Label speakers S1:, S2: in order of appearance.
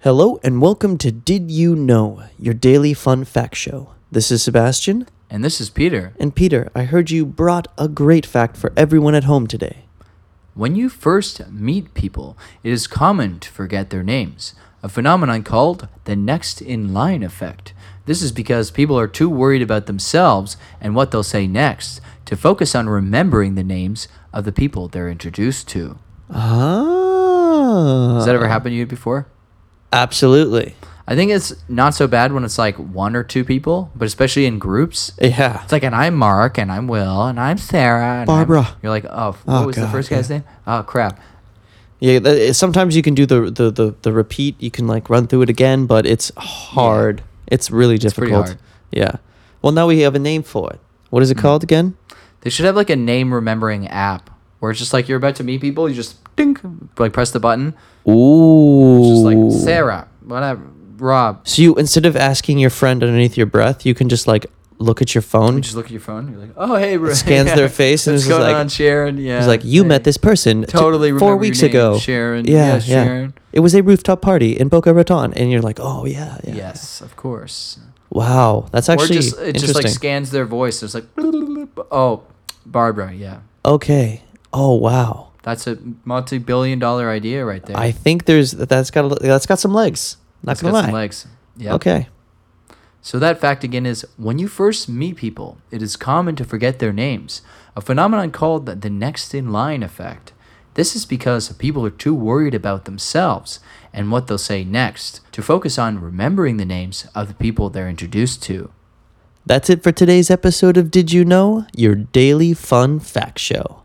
S1: Hello and welcome to Did You Know, your daily fun fact show. This is Sebastian.
S2: And this is Peter.
S1: And Peter, I heard you brought a great fact for everyone at home today.
S2: When you first meet people, it is common to forget their names, a phenomenon called the next in line effect. This is because people are too worried about themselves and what they'll say next to focus on remembering the names of the people they're introduced to.
S1: Ah.
S2: Has that ever happened to you before?
S1: Absolutely.
S2: I think it's not so bad when it's like one or two people, but especially in groups.
S1: Yeah.
S2: It's like, and I'm Mark, and I'm Will, and I'm Sarah, and I'm-"
S1: Barbara.
S2: you're like, oh, what
S1: Oh,
S2: was
S1: God,
S2: the first guy's
S1: yeah.
S2: name? Oh crap.
S1: Yeah, that, it- sometimes you can do the, the the the repeat, you can like run through it again, but it's hard. It's really difficult.
S2: pretty hard. Hmm.
S1: Yeah. Well, now we have a name for it. What is it called again?
S2: They should have like a name remembering app where it's just like you're about to meet people, you just dink, like press the button.
S1: Ooh.
S2: It's just like Sarah, whatever, Rob.
S1: So you instead of asking your friend underneath your breath, you can just like look at your phone.
S2: You just look at your phone. You're like, oh hey, bro.
S1: scans their face and
S2: What's
S1: it's just
S2: going
S1: like-
S2: on, Sharon? Yeah.
S1: It's like you
S2: hey.
S1: met this person t-
S2: Totally
S1: four
S2: remember
S1: weeks
S2: your name,
S1: ago,
S2: Sharon.
S1: Yeah,
S2: Yes,
S1: yeah.
S2: Sharon.
S1: It was a rooftop party in Boca Raton, and you're like, oh yeah, yeah.
S2: Yes, of course.
S1: Wow, that's
S2: Or
S1: actually
S2: just it
S1: interesting.
S2: just like scans their voice. It's like, oh, Barbara. Yeah,
S1: okay. Oh wow.
S2: that's a multi-billion-dollar idea right there.
S1: I think there's that's got a, that's got some legs. Not
S2: It's
S1: gonna
S2: got
S1: lie.
S2: some legs. Yeah.
S1: Okay.
S2: So that fact again is when you first meet people, it is common to forget their names, a phenomenon called the next in line effect. This is because people are too worried about themselves and what they'll say next to focus on remembering the names of the people they're introduced to.
S1: That's it for today's episode of Did You Know? Your daily fun fact show.